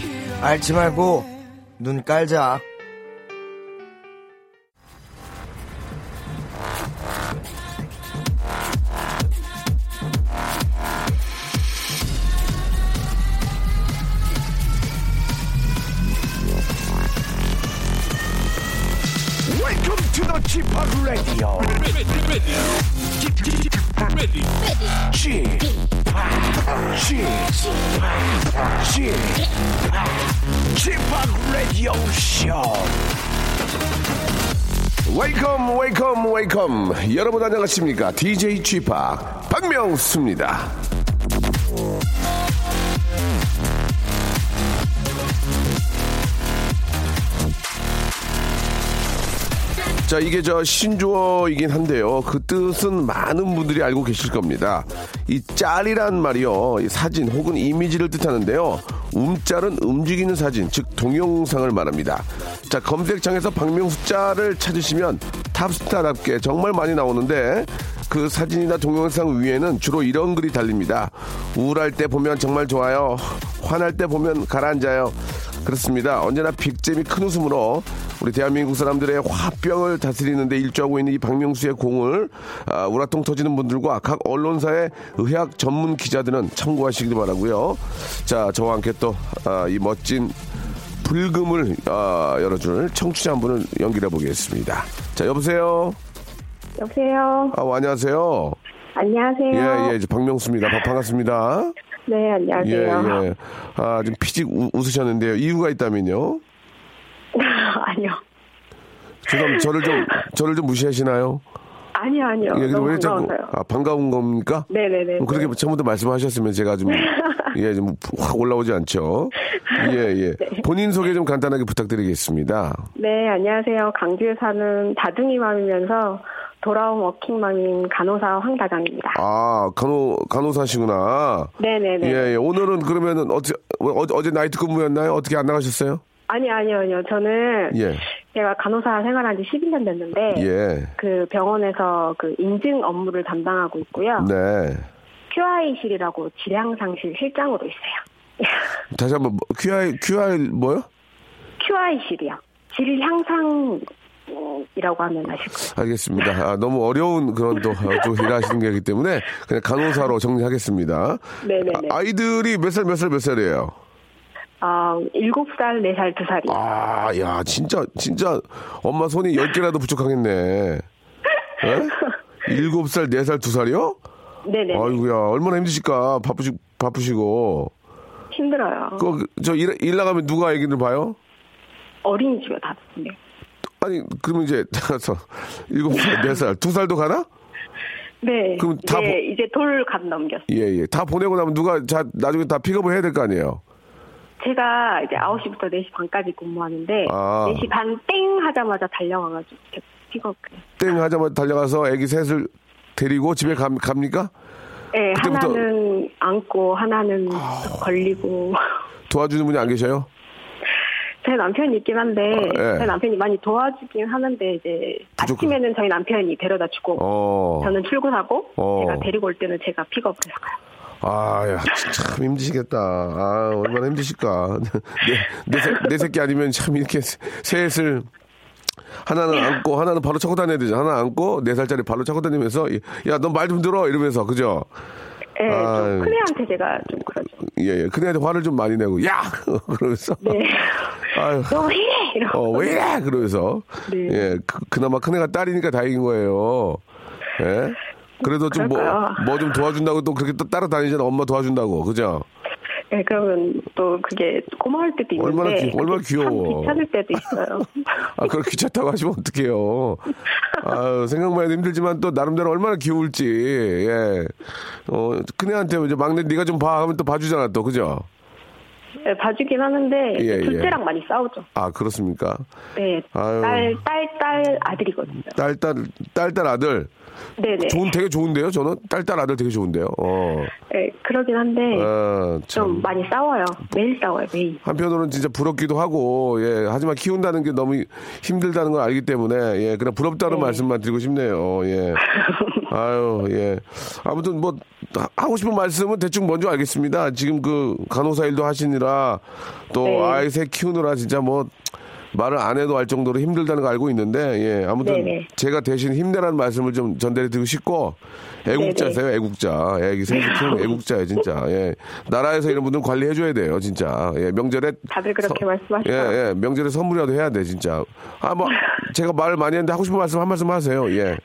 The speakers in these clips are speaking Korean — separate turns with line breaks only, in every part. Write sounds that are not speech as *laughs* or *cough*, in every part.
그
알지 말고 눈 깔자.
Welcome to the Chip Radio. Chip, Chip, Radio Show. Welcome, welcome, welcome. 여러분 안녕하십니까? DJ Chip 박명수입니다. 자, 이게 저 신조어이긴 한데요. 그 뜻은 많은 분들이 알고 계실 겁니다. 이 짤이란 말이요. 이 사진 혹은 이미지를 뜻하는데요. 움짤은 움직이는 사진, 즉 동영상을 말합니다. 자, 검색창에서 박명수 짤을 찾으시면 탑스타답게 정말 많이 나오는데 그 사진이나 동영상 위에는 주로 이런 글이 달립니다. 우울할 때 보면 정말 좋아요. 화날 때 보면 가라앉아요. 그렇습니다. 언제나 빅잼이 큰 웃음으로 우리 대한민국 사람들의 화병을 다스리는데 일조하고 있는 이 박명수의 공을 아, 우라통 터지는 분들과 각 언론사의 의학 전문 기자들은 참고하시길 바라고요. 자, 저와 함께 또 아, 이 멋진 불금을 아, 열어줄 청취자 한 분을 연결해 보겠습니다. 자, 여보세요.
여보세요.
아, 안녕하세요.
안녕하세요.
예, 예, 이제 박명수입니다. 바- 반갑습니다.
네,
예,
안녕하세요.
예. 아, 지금 피직 우- 웃으셨는데요. 이유가 있다면요.
*laughs* 아니요.
죄송합니다. 저를 좀, 저를 좀 무시하시나요?
아니요, 아니요.
예, 근데
너무
왜 자꾸,
반가워서요.
아, 반가운 겁니까?
네네네.
그럼 그렇게 처음부터 말씀하셨으면 제가
*laughs*
좀, 예, 좀 확 올라오지 않죠. 예, 예. 본인 소개 좀 간단하게 부탁드리겠습니다.
네, 안녕하세요. 강주에 사는 다둥이맘이면서 돌아온 워킹맘인 간호사 황다강입니다.
아, 간호, 간호사시구나.
네네네.
예, 예. 오늘은 그러면은 어제, 어, 어제 나이트 근무였나요? 어떻게 안 나가셨어요?
아니, 아니요, 아니요. 저는
예.
제가 간호사 생활한 지 11년 됐는데
예.
그 병원에서 그 인증 업무를 담당하고 있고요.
네.
QI실이라고 질량상실 실장으로 있어요. *laughs*
다시 한번 뭐, QR QR 뭐요?
QI실이요. 질향상이라고 하면 아실 거예요.
알겠습니다. 아, 너무 어려운 그런 또 어, 또 일하시는 거기 때문에 그냥 간호사로 정리하겠습니다.
네네네.
아, 이들이 몇 살 몇 살 몇 살이에요?
아, 7살, 4살, 2살이요.
아, 야, 진짜 진짜 엄마 손이 열 개라도 부족하겠네. 예? 일곱 살, 네 살, 두 살이요?
네네.
아이고야, 얼마나 힘드실까? 바쁘시 바쁘시고.
힘들어요.
그저일 일 나가면 누가 아기를 봐요?
어린이집에 다 듣네요.
아니, 그러면 이제 다서 일곱 살, 네 살, 두 살도 가나?
네.
그럼 다 뭐-
이제,
보-
이제 돌간 넘겼어요.
예, 예. 다 보내고 나면 누가 자, 나중에 다 픽업을 해야 될 거 아니에요?
제가 이제 9시부터 4시 반까지 근무하는데,
아.
4시 반 땡 하자마자 달려와가지고 이렇게 픽업해요.
땡 하자마자 뭐 달려가서 애기 셋을 데리고 집에 감, 갑니까?
네,
그때부터- 아.
하나는 안고, 하나는 걸리고. *laughs*
도와주는 분이 안 계셔요?
제 남편이 있긴 한데,
아, 예.
제 남편이 많이 도와주긴 하는데, 이제
부족-
아침에는 저희 남편이 데려다 주고,
어.
저는 출근하고,
어.
제가 데리고 올 때는 제가 픽업을 해요.
아, 야, 참, 참 힘드시겠다. 아, 얼마나 힘드실까. *laughs* 내, 내, 새- 내 새끼 아니면 참 이렇게 세- 셋을
네.
하나는 안고 하나는 바로 차고 다녀야 되죠. 하나 안고 네 살짜리 바로 차고 다니면서 야, 넌 말 좀 들어 이러면서 그죠?
예,
아유.
좀 큰애한테 제가 좀 그러죠.
예, 예. 큰애한테 화를 좀 많이 내고 야 *laughs* 그러면서 *laughs*
네.
아유.
너왜 이래! 이러고.
어, 왜 이래! 그러면서.
네.
예, 그, 나마 큰애가 딸이니까 다행인 거예요. 예. 그래도 좀 뭐,
그럴까요?
뭐 좀 도와준다고 또 그렇게 또 따라다니잖아. 엄마 도와준다고. 그죠?
네, 그러면 또 그게 고마울 때도 있는데
얼마나 귀-
그게
얼마나 귀여워.
참 귀찮을 때도
*laughs*
있어요.
아, 그걸 귀찮다고 하시면 어떡해요. 아 생각만 해도 힘들지만 또 나름대로 얼마나 귀여울지. 예. 어, 큰애한테 이제 막내 네가좀 봐. 하면 또 봐주잖아. 또. 그죠?
네, 봐주긴 하는데
예,
둘째랑
예.
많이 싸우죠.
아, 그렇습니까?
네,
아유.
딸, 딸, 딸 아들이거든요.
딸, 딸, 딸, 딸 아들.
네네.
좋은, 되게 좋은데요? 저는? 딸, 딸 아들 되게 좋은데요? 어.
네, 그러긴 한데
아, 참.
좀 많이 싸워요. 매일 싸워요, 매일.
한편으로는 진짜 부럽기도 하고 예 하지만 키운다는 게 너무 힘들다는 걸 알기 때문에 예
네. *laughs*
그냥 부럽다는 말씀만 드리고 싶네요 예 아유 예 아무튼 뭐 하- 하고 싶은 말씀은 대충 먼저 알겠습니다. 지금 그 간호사 일도 하시느라 또
네.
아이 새 키우느라 진짜 뭐 말을 안 해도 알 정도로 힘들다는 거 알고 있는데 예 아무튼
네네.
제가 대신 힘내라는 말씀을 좀 전달해 드리고 싶고 애국자세요 애국자 예, 애기
*laughs*
생는 애국자예요 진짜 예 나라에서 이런 분들 은 관리해 줘야 돼요 진짜 예 명절에
다들 그렇게 말씀하시죠.
예, 예. 명절에 선물이라도 해야 돼, 진짜. 아,
*laughs*
뭐, 제가 말을 많이 했는데 하고 싶은 말씀 한 말씀 하세요. 예.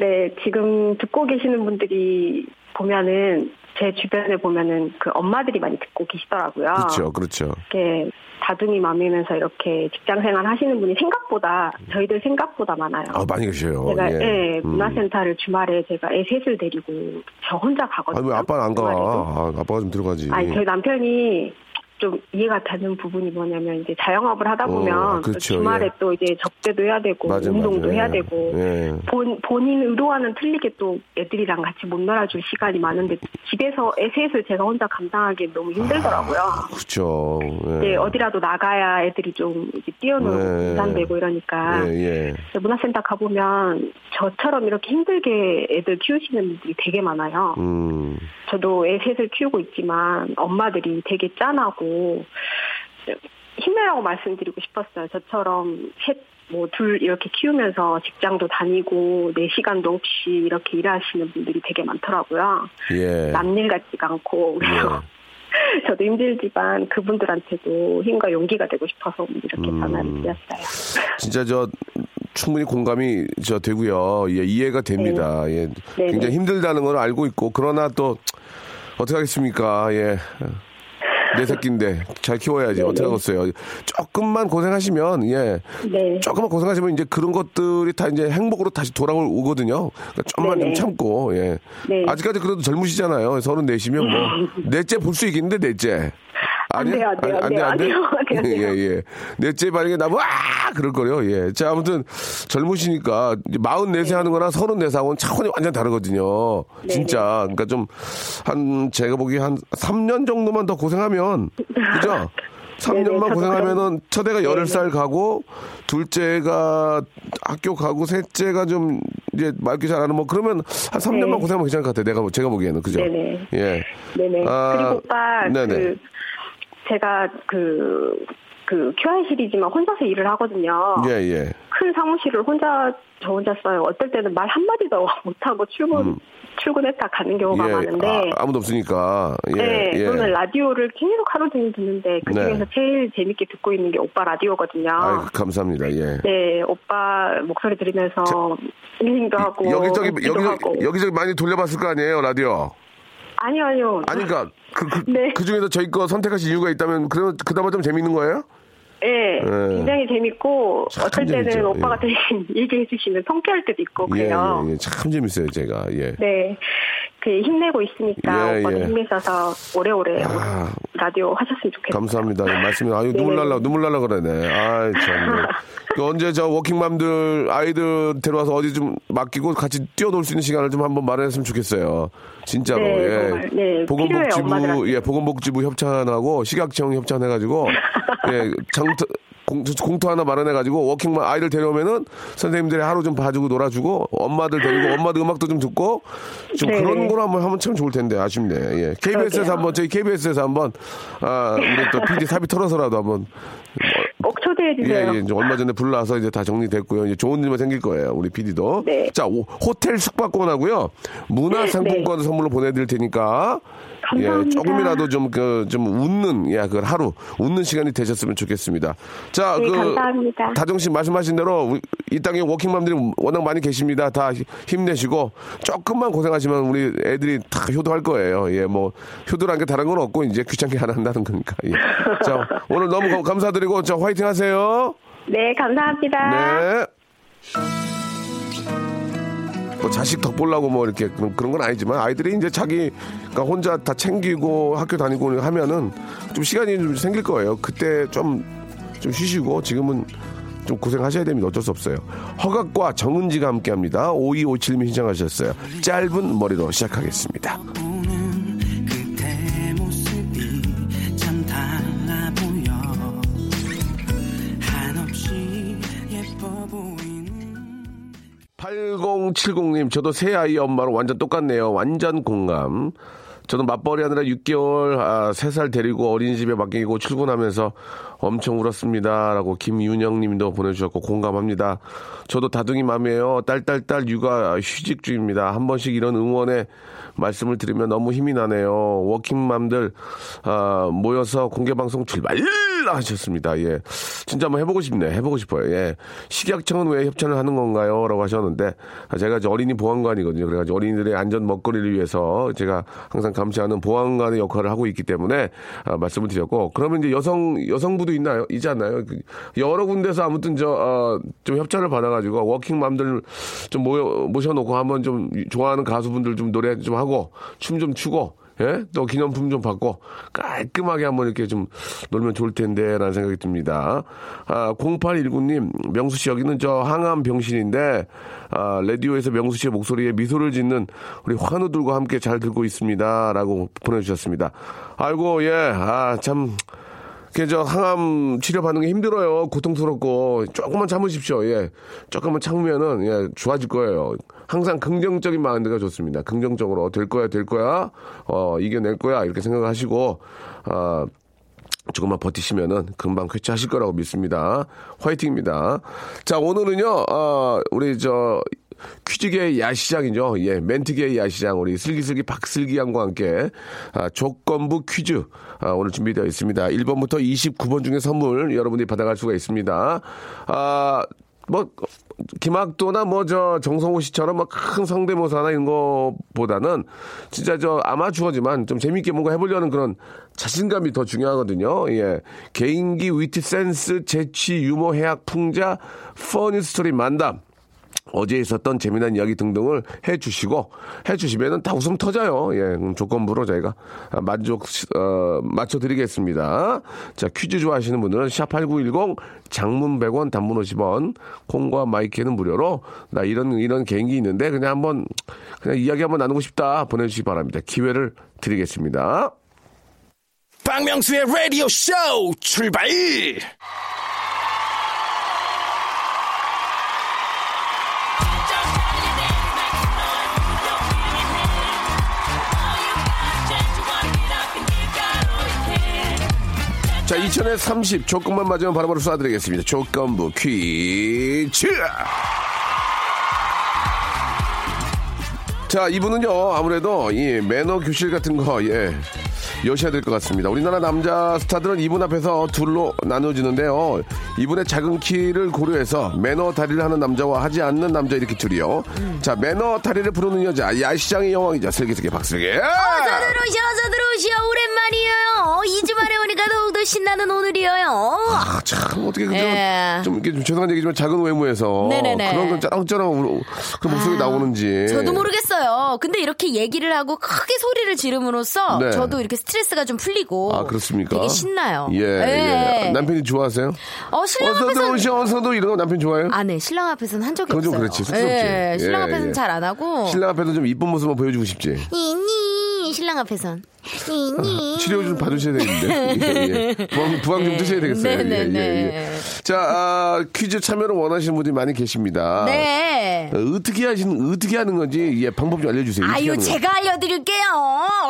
네, 지금 듣고 계시는 분들이 보면은 제 주변에 보면은 그 엄마들이 많이 듣고 계시더라고요.
그렇죠, 그렇죠.
이렇게 다둥이 맘이면서 이렇게 직장 생활 하시는 분이 생각보다 저희들 생각보다 많아요.
아, 많이 계셔요.
제가
예.
예,
음.
문화센터를 주말에 제가 애 셋을 데리고 저 혼자
아,
가거든요.
왜 아빠는 안 가?
그 주말에도.
아, 아빠가 좀 들어가지.
아니 그 저희 남편이 좀 이해가 되는 부분이 뭐냐면 이제 자영업을 하다 보면
어,
또
그렇죠,
주말에
예.
또 이제 접대도 해야 되고
맞아,
운동도
맞아.
해야
예.
되고
예.
본 본인 의도와는 틀리게 또 애들이랑 같이 못 놀아줄 시간이 많은데 집에서 애 셋을 제가 혼자 감당하기 너무 힘들더라고요.
그렇죠. 예.
이제 어디라도 나가야 애들이 좀 이제 뛰어놀고
예.
분산되고 이러니까
예, 예.
근데 문화센터 가보면 저처럼 이렇게 힘들게 애들 키우시는 분들이 되게 많아요.
음.
저도 애 셋을 키우고 있지만 엄마들이 되게 짠하고 힘내라고 말씀드리고 싶었어요. 저처럼 셋, 뭐, 둘 이렇게 키우면서 직장도 다니고 내 시간도 없이 이렇게 일하시는 분들이 되게 많더라고요.
예.
남일 같지가 않고. 그래서 *laughs* 저도 힘들지만 그분들한테도 힘과 용기가 되고 싶어서 오늘 이렇게
음.
전화를 드렸어요.
진짜 저 충분히 공감이 저 되고요. 예, 이해가 됩니다. 예.
네,
굉장히
네.
힘들다는 걸 알고 있고 그러나 또 어떻게 하겠습니까? 예. 내 새끼인데 잘 키워야지 어떻게 하겠어요? 조금만 고생하시면 예
네.
조금만 고생하시면 이제 그런 것들이 다 이제 행복으로 다시 돌아오거든요. 그러니까 좀만 좀
네네.
참고 예
네.
아직까지 그래도 젊으시잖아요. 서른 네시면
*laughs*
뭐 넷째 볼 수 있겠는데 넷째
안 돼요, 안 돼요,
아니,
안 돼요, 안 돼요, 안 돼요.
예, 예. 넷째 만약에 나와 그럴 거요. 예. 자, 아무튼 젊으시니까 이제 44세
네.
하는 거랑 34하고는 차원이 완전 다르거든요. 진짜.
네.
그러니까 좀 한 제가 보기에 한 3년 정도만 더 고생하면
*laughs*
그죠? 3년만
네, 저도 네,
고생하면은 첫애가 10살 가고 둘째가 학교 가고 셋째가 좀 이제 말귀 잘하는 뭐 그러면 한 3년만
네.
고생하면 괜찮을 것 같아요. 내가 보- 제가 보기에는 그죠?
네네.
예.
네네.
아,
그리고 오빠
네네.
그 제가 그 그 큐아이 시리즈만 혼자서 일을 하거든요.
예, 예.
큰 사무실을 혼자 저 혼자 써요. 어떨 때는 말 한마디도 *laughs* 못하고 출근 출근했다 가는 경우가 많은데
음. 예, 아, 무도 없으니까. 예,
네,
예.
저는 라디오를 계속 하루 종일 듣는데 그 중에서
네.
제일 재밌게 듣고 있는 게 오빠 라디오거든요.
아이, 감사합니다. 예.
네, 오빠 목소리 들으면서 힐링도 하고
여기저기
웃기도 하고.
여기저기 여기저기 많이 돌려봤을 거 아니에요 라디오.
아니요, 아니요.
아니 그러니까 그, 그,
네.
그 중에서 저희 거 선택하신 이유가 있다면 그럼 그나마 좀 재밌는 거예요?
예,
예.
굉장히 재밌고
참
어떨 때는 *laughs*
재밌죠.
오빠가
예.
대신 얘기해 주시면 성쾌할 때도 있고
예,
그래요.
예, 예. 참 재밌어요 제가. 예.
네, 그 힘내고 있으니까
예,
오빠도
예.
힘내셔서 오래오래
아.
라디오 하셨으면 좋겠어요.
감사합니다. 예, 말씀이 아유 눈물
네.
날라 눈물 날라 그러네. 아이
*laughs*
참. 그 언제 저 워킹맘들 아이들 데려와서 어디 좀 맡기고 같이 뛰어놀 수 있는 시간을 좀 한번 마련했으면 좋겠어요. 진짜로.
네,
예.
정말. 네, 필요해요,
보건복지부
엄마들한테.
예 보건복지부 협찬하고 식약청
*laughs*
협찬해가지고 예 장터 공, 공터 하나 마련해가지고 워킹맘 아이들 데려오면은 선생님들이 하루 좀 봐주고 놀아주고 엄마들 데리고 엄마들 음악도 좀 듣고 좀
네.
그런 걸 한번 하면 참 좋을 텐데 아쉽네. 예. KBS에서
그러게요.
한번 저희 KBS에서 한번 아 우리 또 PD 사비 털어서라도 한번
꼭 초대해
예예
주세요.
이제 얼마 전에 불러서 이제 다 정리됐고요. 이제 좋은 일만 생길 거예요. 우리 PD도.
네.
자 오- 호텔 숙박권하고요 문화상품권 선물로 보내드릴 테니까 예
네. 감사합니다.
조금이라도 좀 그 좀 웃는 예그 하루 웃는 시간이 되셨으면 좋겠습니다. 자
네,
그
감사합니다.
다정씨 말씀하신 대로 우리 이 땅에 워킹맘들이 워낙 많이 계십니다. 다 히- 힘내시고 조금만 고생하시면 우리 애들이 다 효도할 거예요. 예, 뭐 효도란 게 다른 건 없고 이제 귀찮게 안 한다는 거니까. 예.
*laughs*
자, 오늘 너무 감- 감사드리고 자 화이팅 하세요.
네, 감사합니다.
네. 뭐 자식 덕 보려고 뭐 이렇게 그런, 그런 건 아니지만 아이들이 이제 자기 가 혼자 다 챙기고 학교 다니고 하면은 좀 시간이 좀 생길 거예요. 그때 좀, 좀 쉬시고 지금은 좀 고생하셔야 됩니다. 어쩔 수 없어요. 허각과 정은지가 함께 합니다. 5257님이 신청하셨어요. 짧은 머리로 시작하겠습니다.
보는 그대 모습이 참 달라 보여 한없이 예뻐 보이는
8 8070님, 저도 새 아이 엄마로 완전 똑같네요. 완전 공감. 저는 맞벌이 하느라 6개월, 아, 3살 데리고 어린이집에 맡기고 출근하면서 엄청 울었습니다. 라고 김윤영 님도 보내주셨고 공감합니다. 저도 다둥이 맘이에요. 딸딸딸 육아 휴직 중입니다. 한 번씩 이런 응원에 말씀을 드리면 너무 힘이 나네요. 워킹맘들, 아, 모여서 공개방송 출발! 하셨습니다. 예. 진짜 한번 해보고 싶네. 해보고 싶어요. 예. 식약청은 왜 협찬을 하는 건가요? 라고 하셨는데, 아, 제가 이제 어린이 보안관이거든요. 그래가지고 어린이들의 안전 먹거리를 위해서 제가 항상 감시하는 보안관의 역할을 하고 있기 때문에, 아, 말씀을 드렸고, 그러면 이제 여성, 여성부도 있나요? 있지 않나요? 그 여러 군데서 아무튼 저, 어, 좀 협찬을 받아가지고, 워킹맘들 좀 모여, 모셔놓고 한번 좀 좋아하는 가수분들 좀 노래 좀 하고, 춤 좀 추고, 예? 또 기념품 좀 받고 깔끔하게 한번 이렇게 좀 놀면 좋을 텐데 라는 생각이 듭니다. 아, 0819님, 명수 씨 여기는 저 항암 병신인데, 아, 라디오에서 명수 씨의 목소리에 미소를 짓는 우리 환우들과 함께 잘 듣고 있습니다. 라고 보내주셨습니다. 아이고, 예, 아, 참. 그저 항암 치료받는 게 힘들어요. 고통스럽고 조금만 참으십시오. 예, 조금만 참으면은 예 좋아질 거예요. 항상 긍정적인 마인드가 좋습니다. 긍정적으로 될 거야, 될 거야, 어 이겨낼 거야 이렇게 생각을 하시고 아. 조금만 버티시면은 금방 쾌차하실 거라고 믿습니다. 화이팅입니다. 자, 오늘은요, 어, 우리 저, 퀴즈계의 야시장이죠. 예, 멘트계의 야시장 우리 슬기슬기 박슬기 양과 함께 아, 조건부 퀴즈 아, 오늘 준비되어 있습니다. 1번부터 29번 중에 선물 여러분들이 받아갈 수가 있습니다. 아, 뭐 김학도나 뭐 저 정성호 씨처럼 막 큰 성대모사나 이런 거보다는 진짜 저 아마추어지만 좀 재밌게 뭔가 해보려는 그런 자신감이 더 중요하거든요. 예. 개인기, 위트, 센스, 재치, 유머, 해학, 풍자, 퍼니 스토리, 만담. 어제 있었던 재미난 이야기 등등을 해주시고 해주시면은 다 웃음 터져요. 예, 그럼 조건부로 저희가 아, 만족 어, 맞춰드리겠습니다. 자 퀴즈 좋아하시는 분들은 샵 #8910 장문 100원, 단문 50원, 콩과 마이크는 무료로 나 이런 이런 개인기 있는데 그냥 한번 그냥 이야기 한번 나누고 싶다 보내주시기 바랍니다. 기회를 드리겠습니다.
박명수의 라디오 쇼 출발!
자, 2000에 30 조건만 맞으면 바로바로 쏴드리겠습니다. 조건부 퀴즈! 자, 이분은요, 아무래도 이 매너 교실 같은 거, 예, 여셔야 될 것 같습니다. 우리나라 남자 스타들은 이분 앞에서 둘로 나눠지는데요. 이분의 작은 키를 고려해서 매너 다리를 하는 남자와 하지 않는 남자 이렇게 둘이요. 자, 매너 다리를 부르는 여자, 야시장의 여왕이자 슬기슬기 박슬기.
다들 오셔, 다들 오셔, 오랜만이에요. 어, 이 주말에 오니까 더욱더 신나는 오늘이에요. 어,
아, 참, 어떻게, 그죠?
예.
좀, 이게 좀 죄송한 얘기지만 작은 외모에서.
네네네. 아,
그런 건 짜랑짜랑 울- 그 목소리 나오는지.
저도 모르겠어요. 근데 이렇게 얘기를 하고 크게 소리를 지름으로써
네.
저도 이렇게 스트레스가 좀 풀리고.
아, 그렇습니까?
되게 신나요.
예, 예.
예.
남편이 좋아하세요?
어, 신랑
어서도
앞에서는.
오셔, 어서도 이런 거 남편 좋아해요?
아, 네. 신랑 앞에서는 한 적이
그건
없어요.
좀 그렇지. 쑥스럽지.
예, 신랑
예,
앞에서는
예.
잘 안 하고.
신랑 앞에서 좀 이쁜 모습만 보여주고 싶지.
이니, 신랑 앞에선. 이니.
치료 좀 받으셔야 되는데. 예, 예. 부항, 부항 좀 드셔야 되겠어요.
네,
예,
네,
예, 예.
네.
자, 아, 퀴즈 참여를 원하시는 분들이 많이 계십니다.
네.
어, 어떻게 하시는, 어떻게 하는 건지, 예, 방법 좀 알려주세요. 어떻게
아유,
하는 건지.
제가 알려드릴게요.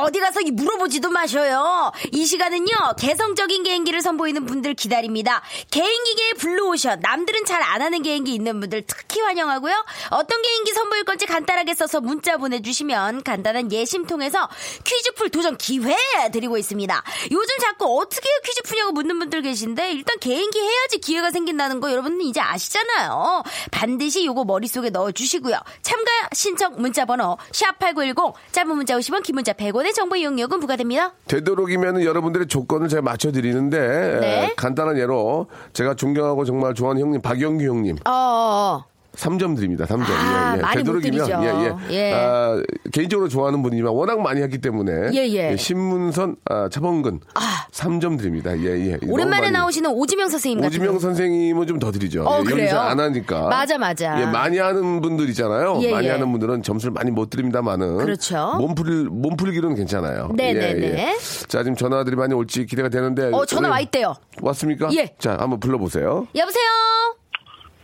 어디 가서 이 물어보지도 마셔요. 이 시간은요, 개성적인 개인기를 선보이는 분들 기다립니다. 개인기계의 블루오션, 남들은 잘 안 하는 개인기 있는 분들 특히 환영하고요. 어떤 개인기 선보일 건지 간단하게 써서 문자 보내주시면 간단한 예심 통해서 퀴즈풀 도전 기회 드리고 있습니다. 요즘 자꾸 어떻게 퀴즈 푸냐고 묻는 분들 계신데, 일단 개인기 해야지 기회가 생긴다는 거 여러분 이제 아시잖아요. 반드시 요거 머릿속에 넣어주시고요. 참가 신청 문자번호 샵8910 짧은 문자 50원 긴 문자 100원의 정보 이용료금 부과됩니다.
되도록이면 여러분들의 조건을 제가 맞춰드리는데
네.
에, 간단한 예로 제가 존경하고 정말 좋아하는 형님 박영규 형님
어.
3점 드립니다. 3점.
아, 많이 못 드리죠.
예, 예.
예.
아, 개인적으로 좋아하는 분이지만 워낙 많이 했기 때문에
예, 예.
신문선 아, 차범근 3점 드립니다. 예, 예. 너무
오랜만에
많이.
나오시는 오지명 선생님 같은
오지명 선생님은 좀 더 드리죠.
어,
예,
그래요?
여기서 안 하니까.
맞아, 맞아.
예, 많이 하는 분들 있잖아요.
예,
많이
예.
하는 분들은 점수를 많이 못 드립니다만은.
그렇죠.
몸풀, 몸풀기로는 괜찮아요. 예,
네, 네, 네.
자, 지금 전화들이 많이 올지 기대가 되는데. 네.
어, 전화
오늘
와 있대요.
왔습니까?
예.
자, 한번 불러보세요.
여보세요?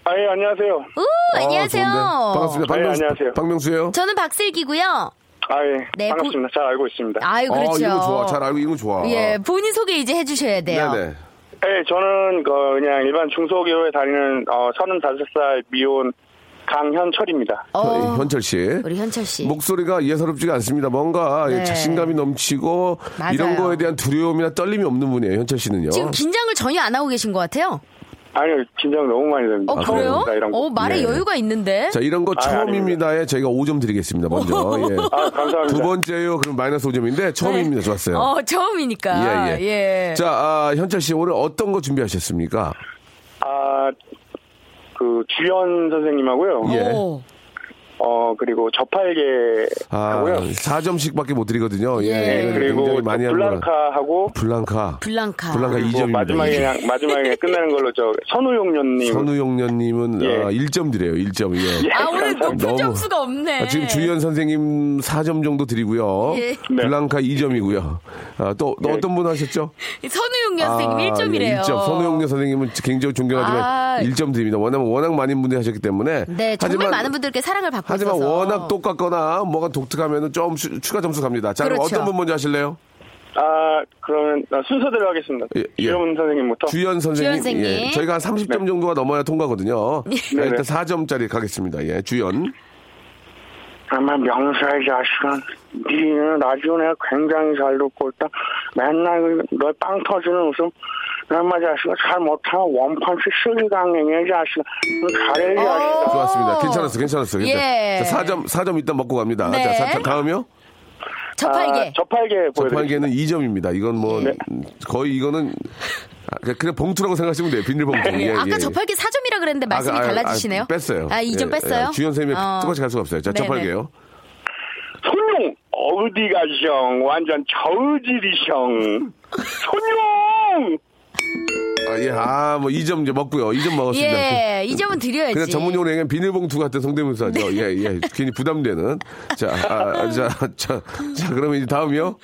아, 아, 예, 안녕하세요.
우, 어, 안녕하세요.
아, 좋은데. 반갑습니다.
네,
박명수,
안녕하세요.
박명수예요.
저는 박슬기고요.
아, 예.
네,
반갑습니다. 잘 알고 있습니다.
아유, 그렇죠.
아, 이거 좋아. 잘 알고 이거 좋아.
예, 본인 소개 이제 해주셔야 돼요.
네네.
예, 저는 그 그냥 일반 중소기업에 다니는 어, 35살 미혼 강현철입니다.
어,
현철 씨.
우리 현철 씨.
목소리가 예사롭지가 않습니다. 뭔가
예. 네.
자신감이 넘치고
맞아요.
이런 거에 대한 두려움이나 떨림이 없는 분이에요. 현철 씨는요.
지금 긴장을 전혀 안 하고 계신 것 같아요.
아니요, 긴장 너무 많이 됩니다.
어, 그래요?
처음입니다, 이런 거.
어, 말에
아, 예.
여유가 있는데. 네.
자, 이런 거
아,
처음입니다에 저희가 5점 드리겠습니다. 먼저. 예.
아, 감사합니다.
두 번째요. 그럼 마이너스 5점인데 처음입니다. 좋았어요.
네. 어, 처음이니까.
예, 예. 자, 아, 현철 씨 오늘 어떤 거 준비하셨습니까?
아, 그 주연 선생님하고요.
예.
오.
어, 그리고 저팔계
아,
하고요.
4점씩밖에 못 드리거든요. 예.
예.
예.
그리고
굉장히 많이
저
하는 거라.
블랑카하고
블랑카.
블랑카.
블랑카
그리고
2점입니다. 예.
마지막에 그냥 마지막에 끝나는 걸로 저 선우용련님
선우용련님은
예.
아, 1점 드려요. 1점. 예.
아, 오늘 높은
너무-
점수가 없네.
아, 지금 주연 선생님 4점 정도 드리고요.
예.
네. 예.
블랑카 2점이고요. 아, 또, 또 어떤 분 하셨죠?
그 선우용 선생님 1점이래요.
1점. 아, 예, 선우용녀 선생님은 굉장히 존경하지만
아.
1점 드립니다. 워낙, 워낙 많은 분들이 하셨기 때문에.
네, 정말 많은 분들께 사랑을 받고
하지만
있어서.
워낙 똑같거나 뭐가 독특하면 좀 추- 추가 점수 갑니다. 자, 그럼
그렇죠.
어떤 분 먼저 하실래요?
아 그러면 나 순서대로 하겠습니다.
예, 예.
주연 선생님부터.
주연 선생님.
주연 선생님.
예, 저희가 한 30점 정도가 넘어야 통과거든요. 자,
네. 네네.
일단 4점짜리 가겠습니다. 예, 주연.
아마 명수의 자식은 니는 라디오 내가 굉장히 잘 듣고 있다. 맨날 그 너빵 터지는 웃음. 엄마 자식아 잘 못하면 원펀치 쓰리 강냉이 자식아 너 잘해
어,
자식아
좋았습니다. 괜찮았어, 괜찮았어.
예.
자, 4점, 4점 일단 먹고 갑니다.
네.
자, 사- 다음이요?
저팔계.
아, 저팔계 보여드릴게요.
저팔계는 2점입니다. 이건 뭐
네.
거의 이거는 아, 그냥- 그냥 봉투라고 생각하시면 돼요. 비닐봉투. 예,
네, 아까
예.
저팔계 4점이라 그랬는데 말씀이
아, 아,
달라지시네요.
아, 뺐어요.
아, 2점
예,
뺐어요?
예, 주연 선생님이
어.
똑같이 갈 수가 없어요. 자,
네네.
저팔계요.
손용 어디 가시오 완전 저질이시오 손용
아, 예, 아, 뭐 2점 이제 먹고요. 2점 먹었습니다.
예, 이 점은 드려야지. 네.
그냥 전문용어로 얘기하면 비닐봉투 같은 성대문사죠. 예, 예. 괜히 부담되는. 자, 아, 아, 자, 자, 자, 그러면 이제 다음이요.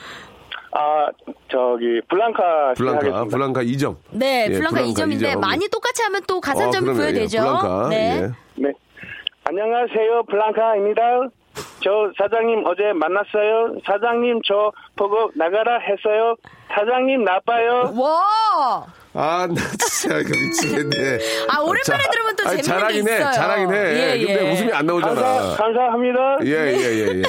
아 저기 블랑카
블랑카,
하겠습니다.
블랑카 2점.
네,
예,
블랑카 2점인데
이 점.
많이 똑같이 하면 또 가산점이
아, 그러네요.
부여되죠.
예, 블랑카.
네.
예.
네. 안녕하세요, 블랑카입니다. 저 사장님 어제 만났어요. 사장님 저 보고 나가라 했어요. 사장님 나빠요.
와!
아, 나 진짜 이거 미치겠네.
*laughs* 아, 오랜만에 들으면 또 재밌는 게
자랑이네,
있어요.
자랑이네.
예, 예.
근데 웃음이 안
감사,
나오잖아.
감사합니다.
예, 예,
*laughs*
예, 예.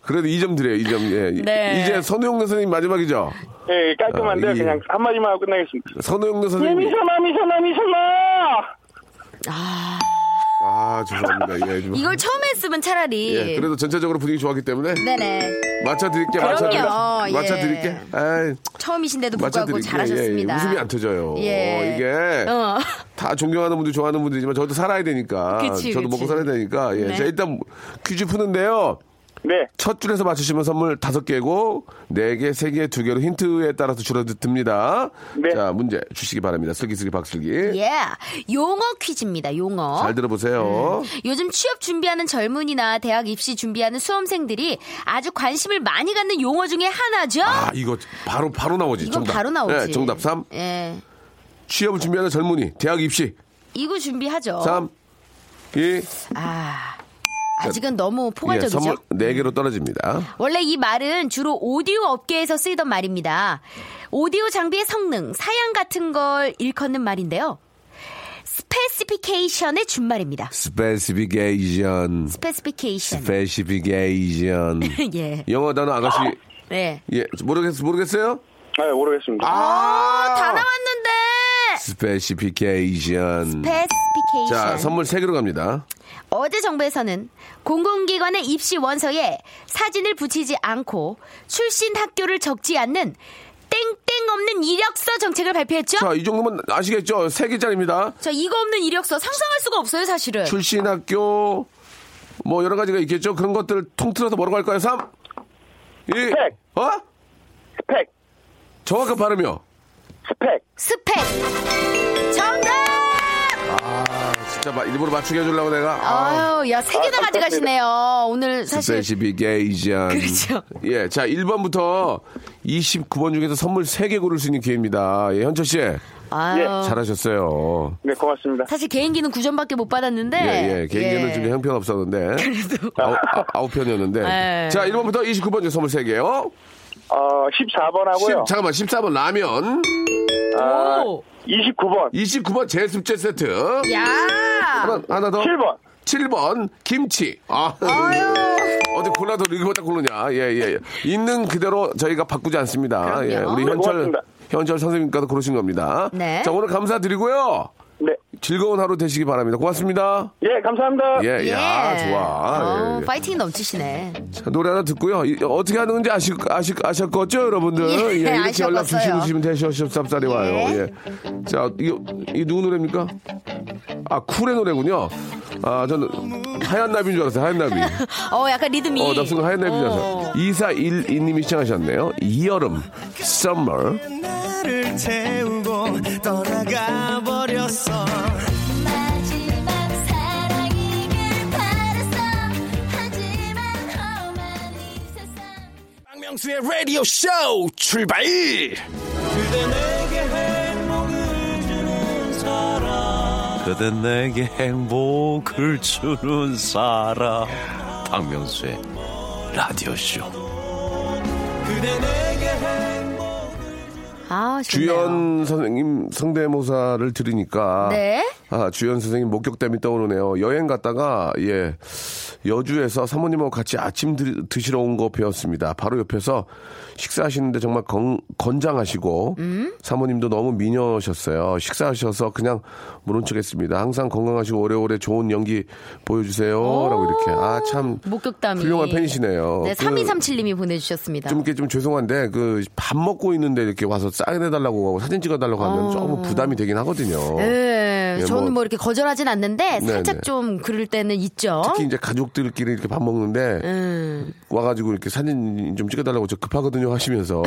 그래도 2점 드려요, 2점. 예.
네.
이제 선우용 선생님 마지막이죠?
예,
아,
깔끔한데요.
예.
그냥 한마디만 하고 끝내겠습니다.
선우용
예,
선생님.
미소마, 미소마, 미소마!
아, 죄송합니다. 예. 좀-
이걸 처음 했으면 차라리.
예, 그래도 전체적으로 분위기 좋았기 때문에.
네네.
맞춰 드릴게, 맞춰 드릴게.
그럼요, 예.
맞춰 드릴게. 아이,
처음이신데도
맞춰
불구하고
드릴게.
잘하셨습니다.
예, 예. 웃음이 안 터져요.
예.
어, 이게.
어. *laughs*
다 존경하는 분들 좋아하는 분들이지만 저도 살아야 되니까
그치,
저도
그치.
먹고 살아야 되니까 예.
네.
자 일단 퀴즈 푸는데요
네.
첫 줄에서 맞추시면 선물 다섯 개고 네 개, 세 개, 두 개로 힌트에 따라서 줄어듭니다.
네.
자 문제 주시기 바랍니다. 슬기슬기 박슬기
예. 용어 퀴즈입니다. 용어.
잘
음.
들어보세요.
요즘 취업 준비하는 젊은이나 대학 입시 준비하는 수험생들이 아주 관심을 많이 갖는 용어 중에 하나죠.
아 이거 바로 바로 나오지.
이건 바로 나오지.
네, 정답 3
예.
취업을 준비하는 젊은이 대학 입시
이거 준비하죠.
3 2
아. 아직은 너무
예,
포괄적이죠.
선물 네 개로 떨어집니다.
원래 이 말은 주로 오디오 업계에서 쓰이던 말입니다. 오디오 장비의 성능, 사양 같은 걸 일컫는 말인데요. 스페시피케이션의 준말입니다.
스페시피케이션
스페시피케이션.
스페시피케이션
*laughs* 예.
*laughs* 영어 단어 아가씨
네.
예 모르겠 모르겠어요?
네, 모르겠습니다.
아, 다 나왔는데.
스페시피케이션
스페시피케이션.
자 아, 선물 세 개로 갑니다.
어제 정부에서는 공공기관의 입시 원서에 사진을 붙이지 않고 출신 학교를 적지 않는 땡땡 없는 이력서 정책을 발표했죠.
자, 이 정도면 아시겠죠? 세 개짜리입니다.
저 이거 없는 이력서 상상할 수가 없어요, 사실은.
출신 학교, 뭐 여러 가지가 있겠죠? 그런 것들을 통틀어서 뭐로 갈까요? 3, 2,
스펙.
어?
스펙,
정확한 발음이요.
스펙.
스펙. 정답!
진짜 마- 일부러 맞추게 해주려고 내가. 아.
아유, 야, 세 개나
아,
가져가시네요. 오늘 사실.
스페시피케이션.
그렇죠.
예, 자, 1번부터 29번 중에서 선물 세 개 고를 수 있는 기회입니다. 예, 현철 씨.
아유.
예.
잘하셨어요.
네, 고맙습니다.
사실 개인기는 9점밖에 못 받았는데.
예, 예. 개인기는
예.
좀 형편없었는데. 아홉, 아홉 편이었는데.
네.
자, 1번부터 29번째 선물 3개요.
어, 14번 하고요.
잠깐만, 14번 라면.
아,
오.
29번,
29번 제습제 세트.
야!
하나, 하나 더.
7번.
7번 김치. 아. 어디 골라도 이거보다 고르냐. 예, 예. 있는 그대로 저희가 바꾸지 않습니다.
그럼요.
예. 우리
네,
현철
고맙습니다.
현철 선생님께서 고르신 겁니다.
네.
자, 오늘 감사드리고요.
네.
즐거운 하루 되시기 바랍니다. 고맙습니다.
예, 감사합니다.
예, 야, 좋아.
어,
예, 예.
파이팅이 넘치시네.
자, 노래 하나 듣고요. 이- 어떻게 하는 건지 아시, 아시, 아셨겠죠, 여러분들?
예,
이렇게 연락
아셨겠어요.
주시고 주시면 되셔, 쌉싸리 와요. 예. 자, 이, 이 누구 노래입니까? 아, 쿨의 노래군요. 아, 저는 하얀 나비인 줄 알았어요, 하얀
*laughs*
나비.
어, 약간 리듬이.
어, 납승 하얀 나비인 줄 알았어요.
어.
2412님이 시청하셨네요. 이여름, summer.
나를 태우고 떠나가 버렸어
마지막 사랑이길 바랬어 하지만 험한 이 세상
박명수의 라디오 쇼 출발!
그대 내게 행복을 주는 사람
그대 내게 행복을 주는 사람 박명수의 라디오쇼
그대 내게 행복
아, 좋네요.
주연 선생님 성대모사를 들으니까
네.
아 주연 선생님 목격담이 떠오르네요. 여행 갔다가 예 여주에서 사모님하고 같이 아침 드, 드시러 온 거 배웠습니다. 바로 옆에서 식사하시는데 정말 건, 건장하시고 사모님도 너무 미녀셨어요. 식사하셔서 그냥 모른 척했습니다. 항상 건강하시고 오래오래 좋은 연기 보여주세요라고 이렇게 아 참
목격담이.
훌륭한 팬이시네요.
네,
그-
3237님이 보내주셨습니다.
좀 이렇게 좀 죄송한데 그 밥 먹고 있는데 이렇게 와서 사인해달라고 하고 사진 찍어달라고 하면 조금 부담이 되긴 하거든요.
예,
예,
저는
뭐-
뭐, 이렇게 거절하진 않는데
네,
살짝
네.
좀 그럴 때는 있죠.
특히 이제 가족들끼리 이렇게 밥 먹는데
음.
와가지고 이렇게 사진 좀 찍어달라고 저 급하거든요
*laughs*
하시면서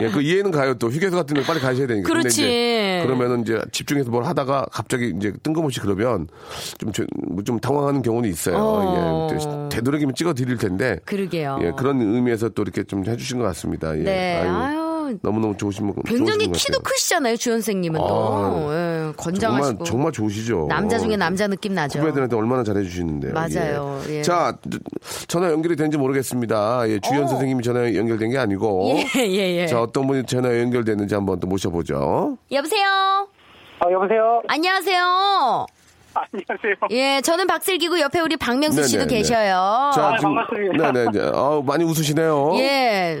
예, 그 이해는 가요 또 휴게소 같은 데 빨리 가셔야 되니까 근데
그렇지.
이제 그러면은 이제 집중해서 뭘 하다가 갑자기 이제 뜬금없이 그러면 좀뭐 좀 당황하는 경우는 있어요
어.
예, 되도록이면 찍어드릴 텐데
그러게요.
예, 그런 의미에서 또 이렇게 좀 해주신 것 같습니다 예.
네,
아유,
아유.
너무너무 좋으신 분
굉장히
좋으신 것
키도
같아요.
크시잖아요, 주연 선생님은 또. 예,
정말
건장하시고.
정말 좋으시죠.
남자 중에 남자 느낌 나죠.
후배들한테 얼마나 잘해주시는데요.
그렇죠. 맞아요. 예.
자 전화 연결이 된지 모르겠습니다. 예, 주연 선생님이 전화 연결된 게 아니고.
예, 어. 예, 예.
자 어떤 분이 전화 연결됐는지 한번 또 모셔보죠.
여보세요?
아, 여보세요? 아,
안녕하세요?
안녕하세요.
예, 저는 박슬기고 옆에 우리 박명수
네네,
씨도
네.
계셔요.
자
아, 반갑습니다.
네네. 네. 아우, 많이 웃으시네요.
예.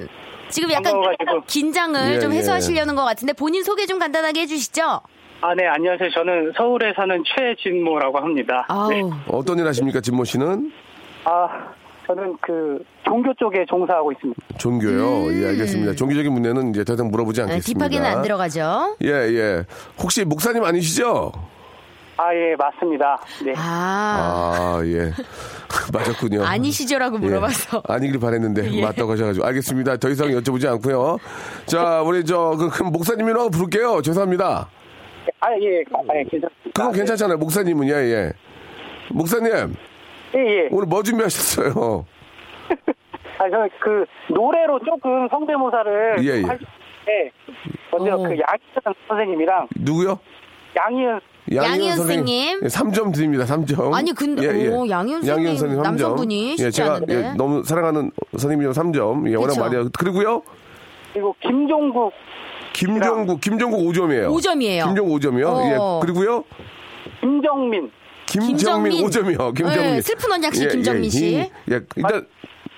지금 약간
반가워가지고.
긴장을
예,
좀
예.
해소하시려는 것 같은데 본인 소개 좀 간단하게 해주시죠.
아, 네, 안녕하세요. 저는 서울에 사는 최진모라고 합니다.
아우.
네.
어떤 일 하십니까, 진모 씨는?
아, 저는 그 종교 쪽에 종사하고 있습니다.
종교요. 예, 알겠습니다. 종교적인 문제는 이제 더 이상 물어보지
음. 네,
않겠습니다.
딥하게는 안 들어가죠.
예, 예. 혹시 목사님 아니시죠?
아, 예, 맞습니다. 네.
아.
아, 예. *laughs* 맞았군요.
아. 니시죠라고
예. *laughs*
물어봐서. 예.
아니길 바랬는데 맞다고 하셔가지고 알겠습니다. 더 이상 여쭤보지 않고요. 자 우리 저그 목사님이라고 부를게요. 죄송합니다.
아, 예, 아, 예, 괜찮습니다.
그건
네.
괜찮잖아요. 목사님은 예 예. 목사님
예, 예.
오늘 뭐 준비하셨어요? *laughs*
아, 저는 그 노래로 조금 성대모사를
예, 예.
할 수 있는데, 먼저
어.
그 양희은 선생님이랑
누구요?
양희은
양희은 선생님.
예, 3점 드립니다. 3점. 예,
아니, 근데- 오, 양희은 선생님
삼 점.
남성분이
예,
쉽지
제가
않은데.
예, 너무 사랑하는 선생님이요 3점. 예, 워낙
그쵸.
많이 그리고요.
그리고 김종국
김종국 김종국 5점이에요.
오점이에요
김종국 5점이요.
어.
예. 그리고요.
김정민
김정민,
김정민.
5점이요. 김정민.
예, 슬픈 언약 씨 김정민 씨.
예, 예, 일단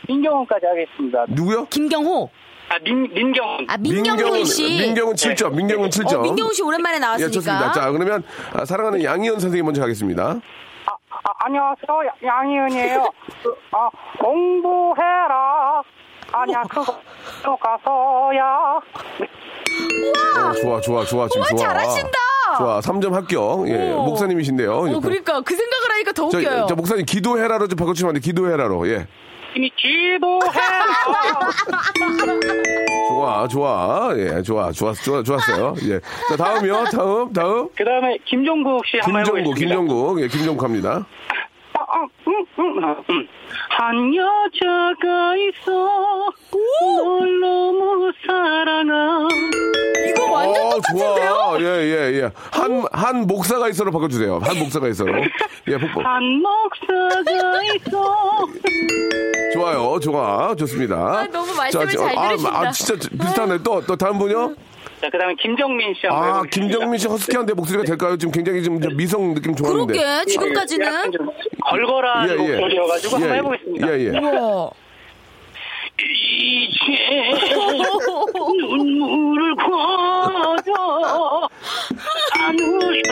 민경훈까지 하겠습니다.
누구요?
김경호.
아, 민, 민경훈.
아, 민경훈 씨.
민경훈 7점. 민경훈 7점.
어, 민경훈 씨 오랜만에
예,
나왔으니까.
좋습니다. 자, 그러면 아, 사랑하는 양희은 선생님 먼저 가겠습니다.
아, 아, 안녕하세요. 야-
*laughs*
양희은이에요. 그, 아, 공부해라.
*laughs*
아니야, 그거 또 가서야.
어, 좋아, 좋아, 좋아, 지금 좋아.
잘하신다.
좋아, 3점 합격. 예,
오.
목사님이신데요.
어, 그러니까 그 생각을 하니까 더
저,
웃겨요.
저 목사님 기도해라로 좀 바꿔주시면 안 돼. 기도해라로. 예.
이미
*laughs*
기도해라.
좋아, 좋아, 예, 좋아, 좋았, 좋아, 좋았어요. 예. 자, 다음이요. 다음, 다음.
그 다음에 김종국 씨 한번
김정국,
해보겠습니다.
김정국, 예, 김정국 합니다.
아, 아, 음, 음, 아, 음. 한 여자가 있어 널 너무 사랑함
이거 완전 똑같은데요?
좋아. 예, 예, 예. 한, 한 목사가 있어로 바꿔주세요. 한 목사가 있어로. 예, 폭포.
한 목사가 있어
좋아요. 좋아. 좋습니다.
아, 너무 말씀을
자,
잘
아,
들으신다.
아, 진짜 비슷하네. 또, 또 다른 분이요?
자, 그 다음에 김정민 씨 한번
아,
해보겠습니다.
김정민 씨 허스키한데 목소리가 될까요? 지금 굉장히 지금 미성 느낌 좋았는데. 예,
그러게
예, 약간
지금까지는
좀 걸걸한 목소리여가지고 아, 한번 해보겠습니다
예, 예.
우와.
이제 눈물을 걷어 안울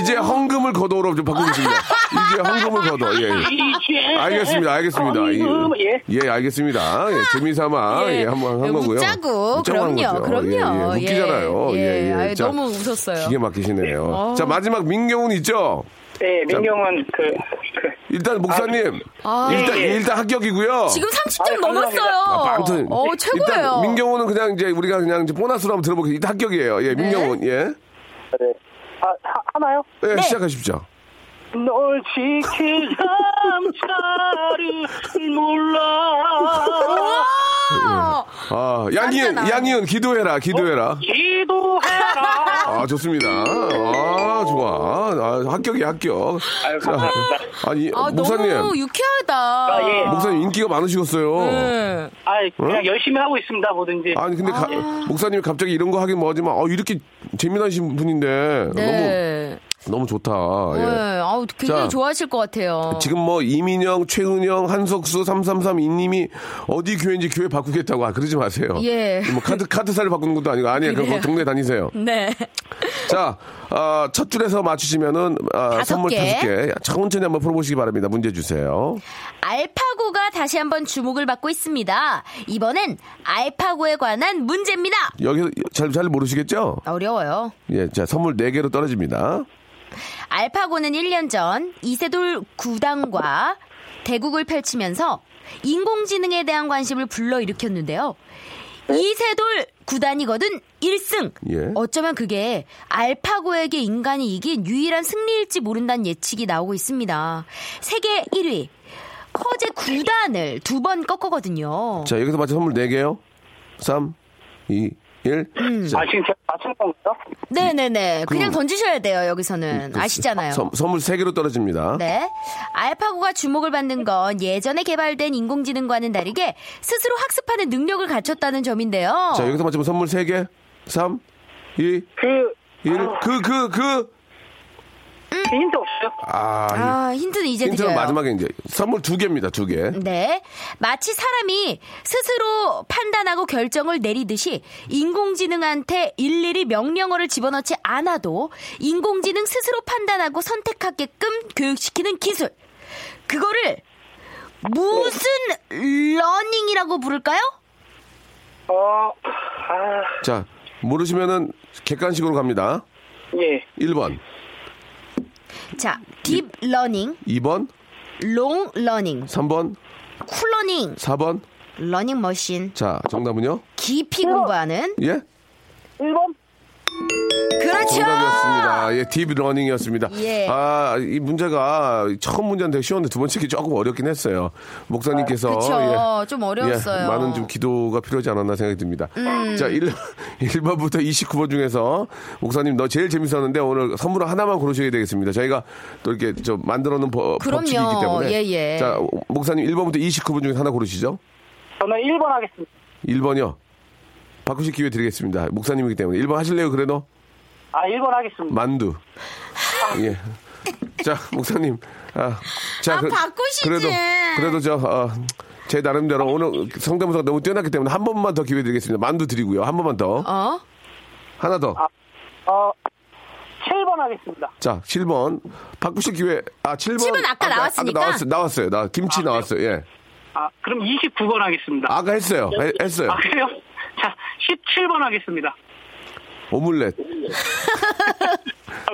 이제 헌금을 거둬로 좀 바꾸겠습니다. 이제 헌금을 거둬. 예, 예.
이제
알겠습니다, 알겠습니다.
헌금, 예.
예, 알겠습니다. 예, 재미삼아
예.
예, 한번 한 거고요.
웃자고
웃자고 하는
그럼요
거죠. 예,
그럼요
예, 웃기잖아요. 예, 예.
아유,
자,
너무 웃었어요 어.
기계 막히시네요. 자 마지막 민경훈 있죠.
네, 민경은 그, 그
일단 목사님
아.
일단
예, 예.
일단 합격이고요.
지금 30점
아유, 감사합니다.
넘었어요
아, 아무튼
어
일단
최고예요
민경훈은 그냥 이제 우리가 그냥 이제 보너스로 한번 들어보겠습니다. 일단 합격이에요. 예, 민경훈 예.
네. 아, 하, 하나요?
예,
네.
시작하십시오.
널 지킬 남자를 몰라
와!
아, 양이은,
깜짝아. 어?
양이은, 기도해라, 기도해라.
기도해라
아, 좋습니다. 아, 좋아. 아, 합격이야, 합격.
아유, 감사합니다.
아니,
아,
목사님.
너무 유쾌하다.
아, 예.
목사님 인기가 뭐, 많으시겠어요.
네.
아, 그냥 열심히 하고 있습니다, 뭐든지 예.
아니 근데 가- 목사님이 갑자기 이런 거 하긴 뭐하지만 어, 이렇게 재미나신 분인데
네.
너무 너무 좋다.
네.
예.
아우, 굉장히
자,
좋아하실 것 같아요.
지금 뭐 이민영, 최은영, 한석수, 333 이님이 어디 교회인지 교회 바꾸겠다고 아, 그러지 마세요.
예.
뭐 카드 카드사를 바꾸는 것도 아니고 아니에요. 그거
그래요.
동네 다니세요.
네.
자, 아, 첫 줄에서 맞추시면은 아,
다섯
선물
개.
다섯 개 천천히 한번 풀어보시기 바랍니다. 문제 주세요.
알파고가 다시 한번 주목을 받고 있습니다. 이번엔 알파고에 관한 문제입니다.
여기서 잘, 잘 모르시겠죠?
어려워요.
예, 자, 선물 네개로 떨어집니다.
알파고는 1년 전 이세돌 구단과 대국을 펼치면서 인공지능에 대한 관심을 불러일으켰는데요. 이세돌 구단이거든 1승.
예.
어쩌면 그게 알파고에게 인간이 이긴 유일한 승리일지 모른다는 예측이 나오고 있습니다. 세계 1위. 커제 구단을 두 번 꺾었거든요.
자, 여기서 맞춰 선물 네개요 3, 2, 1. 자,
음.
아, 지금 제가 맞춘 건가요?
네네네. 그냥
그-
던지셔야 돼요, 여기서는. 아시잖아요.
선, 선물 세개로 떨어집니다.
네. 알파고가 주목을 받는 건 예전에 개발된 인공지능과는 다르게 스스로 학습하는 능력을 갖췄다는 점인데요.
자, 여기서 맞추면 선물 세개 3, 2,
그,
1. 그, 그, 그.
힌트 없어요?
아,
아, 힌트는 이제
힌트는
드려요.
마지막에 이제 선물 두개입니다두개
네. 마치 사람이 스스로 판단하고 결정을 내리듯이 인공지능한테 일일이 명령어를 집어넣지 않아도 인공지능 스스로 판단하고 선택하게끔 교육시키는 기술. 그거를 무슨 러닝이라고 부를까요?
어, 아,
자, 모르시면은 객관식으로 갑니다.
예.
1번,
자, 딥 러닝,
2번,
롱 러닝,
3번,
쿨러닝,
4번.
러닝 머신,
자, 정답은요?
깊이 공부하는.
예?
1번?
그렇죠.
정답이었습니다. 예, 딥러닝이었습니다.
예.
아, 이 문제가 처음 문제는 되게 쉬웠는데 두 번째 게 조금 어렵긴 했어요. 목사님께서.
그렇죠. 좀
예,
어려웠어요. 음.
많은 좀 기도가 필요하지 않았나 생각이 듭니다. 자, *laughs* 1, 1번부터 29번 중에서 목사님 너 제일 재밌었는데 오늘 선물 하나만 고르셔야 되겠습니다. 저희가 또 이렇게 저 만들어 놓은 법-
그럼요.
법칙이기 때문에.
예, 예.
자, 목사님 1번부터 29번 중에서 하나 고르시죠.
저는 1번 하겠습니다.
1번이요. 바꾸실 기회 드리겠습니다. 목사님이기 때문에. 1번 하실래요, 그래도?
아, 1번 하겠습니다.
만두. 예. 자, 목사님. 아, 자,
아, 바꾸시지.
그래도, 그래도 저, 어, 제 나름대로 오늘 성대모사가 너무 뛰어났기 때문에 한 번만 더 기회 드리겠습니다. 만두 드리고요. 한 번만 더.
어?
하나 더.
어, 7번 하겠습니다.
자, 7번. 바꾸실 기회. 아, 7번.
칠번 아까 나왔으니까.
나왔어요. 나왔어요. 나, 김치 나왔어요. 예.
아, 그럼 29번 하겠습니다.
아까 했어요. 해- 했어요.
아, 그래요? 자, 17번 하겠습니다.
오믈렛.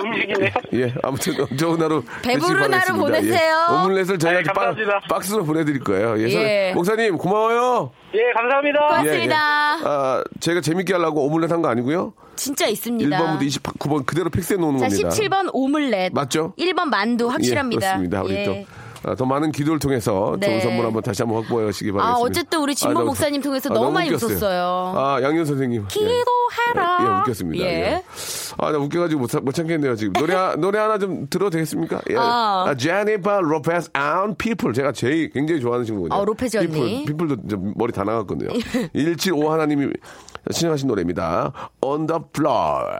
음식이네요.
예, 아무튼 좋은 하루 되시기
배부른 하루
바라겠습니다.
보내세요.
예. 오믈렛을 저희가
네, 감사합니다.
박, 스로 보내드릴 거예요. 예,
예.
목사님 고마워요.
예, 감사합니다.
고맙습니다.
아, 제가 재밌게 하려고 오믈렛 한 거 아니고요.
진짜 있습니다.
1번부터 29번 그대로 픽스해 놓는
자,
겁니다.
17번 오믈렛.
맞죠?
1번 만두 확실합니다.
예, 그렇습니다. 우리
예.
또. 아, 더 많은 기도를 통해서
네. 아,
좋은 선물 한번 다시 한번 확보해 주시기 바랍니다. 아,
어쨌든 우리 진보
너무-
목사님 통해서 너무 많이 웃었어요.
아, 양현 선생님.
기도하라.
예, 예, 웃겼습니다.
예.
예. 아, 나 웃겨가지고 못, 참- 못 참겠네요, 지금. 노래, 하- 노래 하나 좀 들어도 되겠습니까? 예.
어.
아, 제니파 로페스 아운 피플. 제가 제일 굉장히 좋아하는 친구거든요.
어, 로페즈
피플,
언니.
피플도 이제 머리 다
*laughs*
나갔거든요. 175 하나님이 신청하신 노래입니다. On the floor.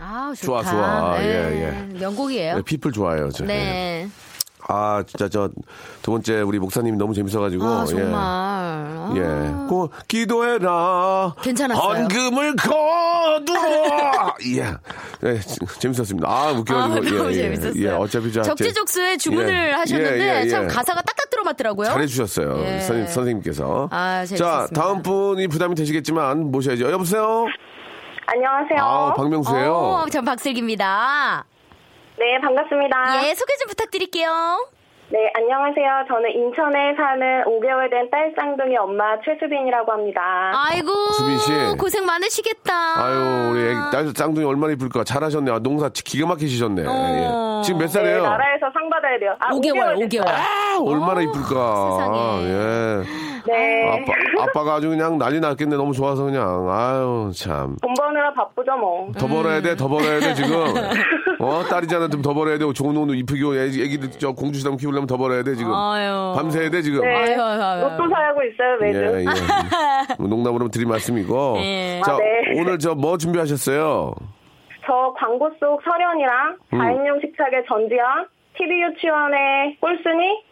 아,
좋아,
좋다.
좋아.
예,
예,
명곡이에요.
네, 피플 좋아해요, 저. 예.
네.
아, 진짜 저 두 번째 우리 목사님이 너무 재밌어가지고.
아, 정말.
예.
아.
예. 고, 기도해라.
괜찮았어요.
헌금을 거두어.
*laughs*
예. 예, 지- 재밌었습니다. 아,
아,
웃겨가지고.
너무
예, 예.
재밌었어요.
예, 어차피 저.
적재적소에 주문을
예,
하셨는데
예, 예,
참
예.
가사가 딱딱 들어맞더라고요.
잘해주셨어요.
예.
선, 선생님께서.
아, 재밌었습니다.
자, 다음 분이 부담이 되시겠지만 모셔야죠. 여보세요?
안녕하세요.
아, 박명수예요
어, 전 박슬기입니다.
네, 반갑습니다.
예, 소개 좀 부탁드릴게요.
네, 안녕하세요. 저는 인천에 사는 5개월 된 딸 쌍둥이 엄마 최수빈이라고 합니다.
아이고,
수빈 씨.
고생 많으시겠다.
아유, 우리 애기, 딸 쌍둥이 얼마나 이쁠까. 잘하셨네. 아, 농사 기가 막히시셨네.
어.
예. 지금 몇
네,
살이에요?
나라에서 상 받아야 돼요. 아,
5개월, 5개월.
아, 얼마나 이쁠까.
세상에.
예.
네.
아빠, 아빠가 아주 그냥 난리 났겠네. 너무 좋아서 그냥. 아유, 참.
돈 버느라 바쁘죠, 뭐.
더 벌어야 돼, 더 벌어야 돼, 지금. 어, 딸이잖아. 좀 더 벌어야 돼. 좋은 옷도 입히고, 애기, 애기들 저 공주시담 키우려면 더 벌어야 돼, 지금.
아유.
밤새야 돼, 지금.
네.
아유, 아유, 아유.
로또 사야고 있어요,
예,
매주.
예. 뭐 농담으로 드린 말씀이고.
예.
자,
아, 네.
오늘 저 뭐 준비하셨어요?
저 광고 속 설현이랑
음.
4인용 식탁의 전지현, TV 유치원의 꼴순이,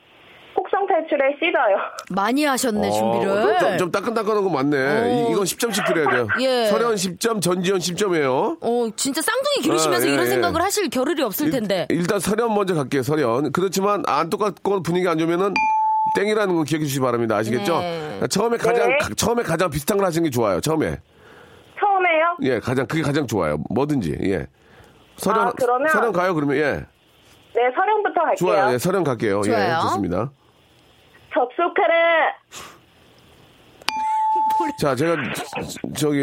혹성 탈출의 시저요. *laughs*
많이 하셨네,
어,
준비를.
좀, 좀 따끈따끈한 거 맞네.
오.
이, 이건 10점씩 드려야 돼요.
예.
설현 10점, 전지현 10점이에요.
어, 진짜 쌍둥이 기르시면서
아, 예,
이런
예.
생각을 하실 겨를이 없을 텐데.
일, 단 서련 먼저 갈게요, 서련. 그렇지만 안 똑같고 분위기 안 좋으면은 땡이라는 거 기억해 주시기 바랍니다. 아시겠죠?
네.
처음에 가장,
네.
가- 처음에 가장 비슷한 걸 하시는 게 좋아요, 처음에.
처음에요?
예, 가장, 그게 가장 좋아요. 뭐든지, 예. 서련,
아, 그러면-
서련 가요, 그러면, 예.
네, 설현부터 갈게요.
좋아요, 예, 서련 갈게요.
좋아요.
예, 좋습니다.
접속하래!
자, 제가, 저기,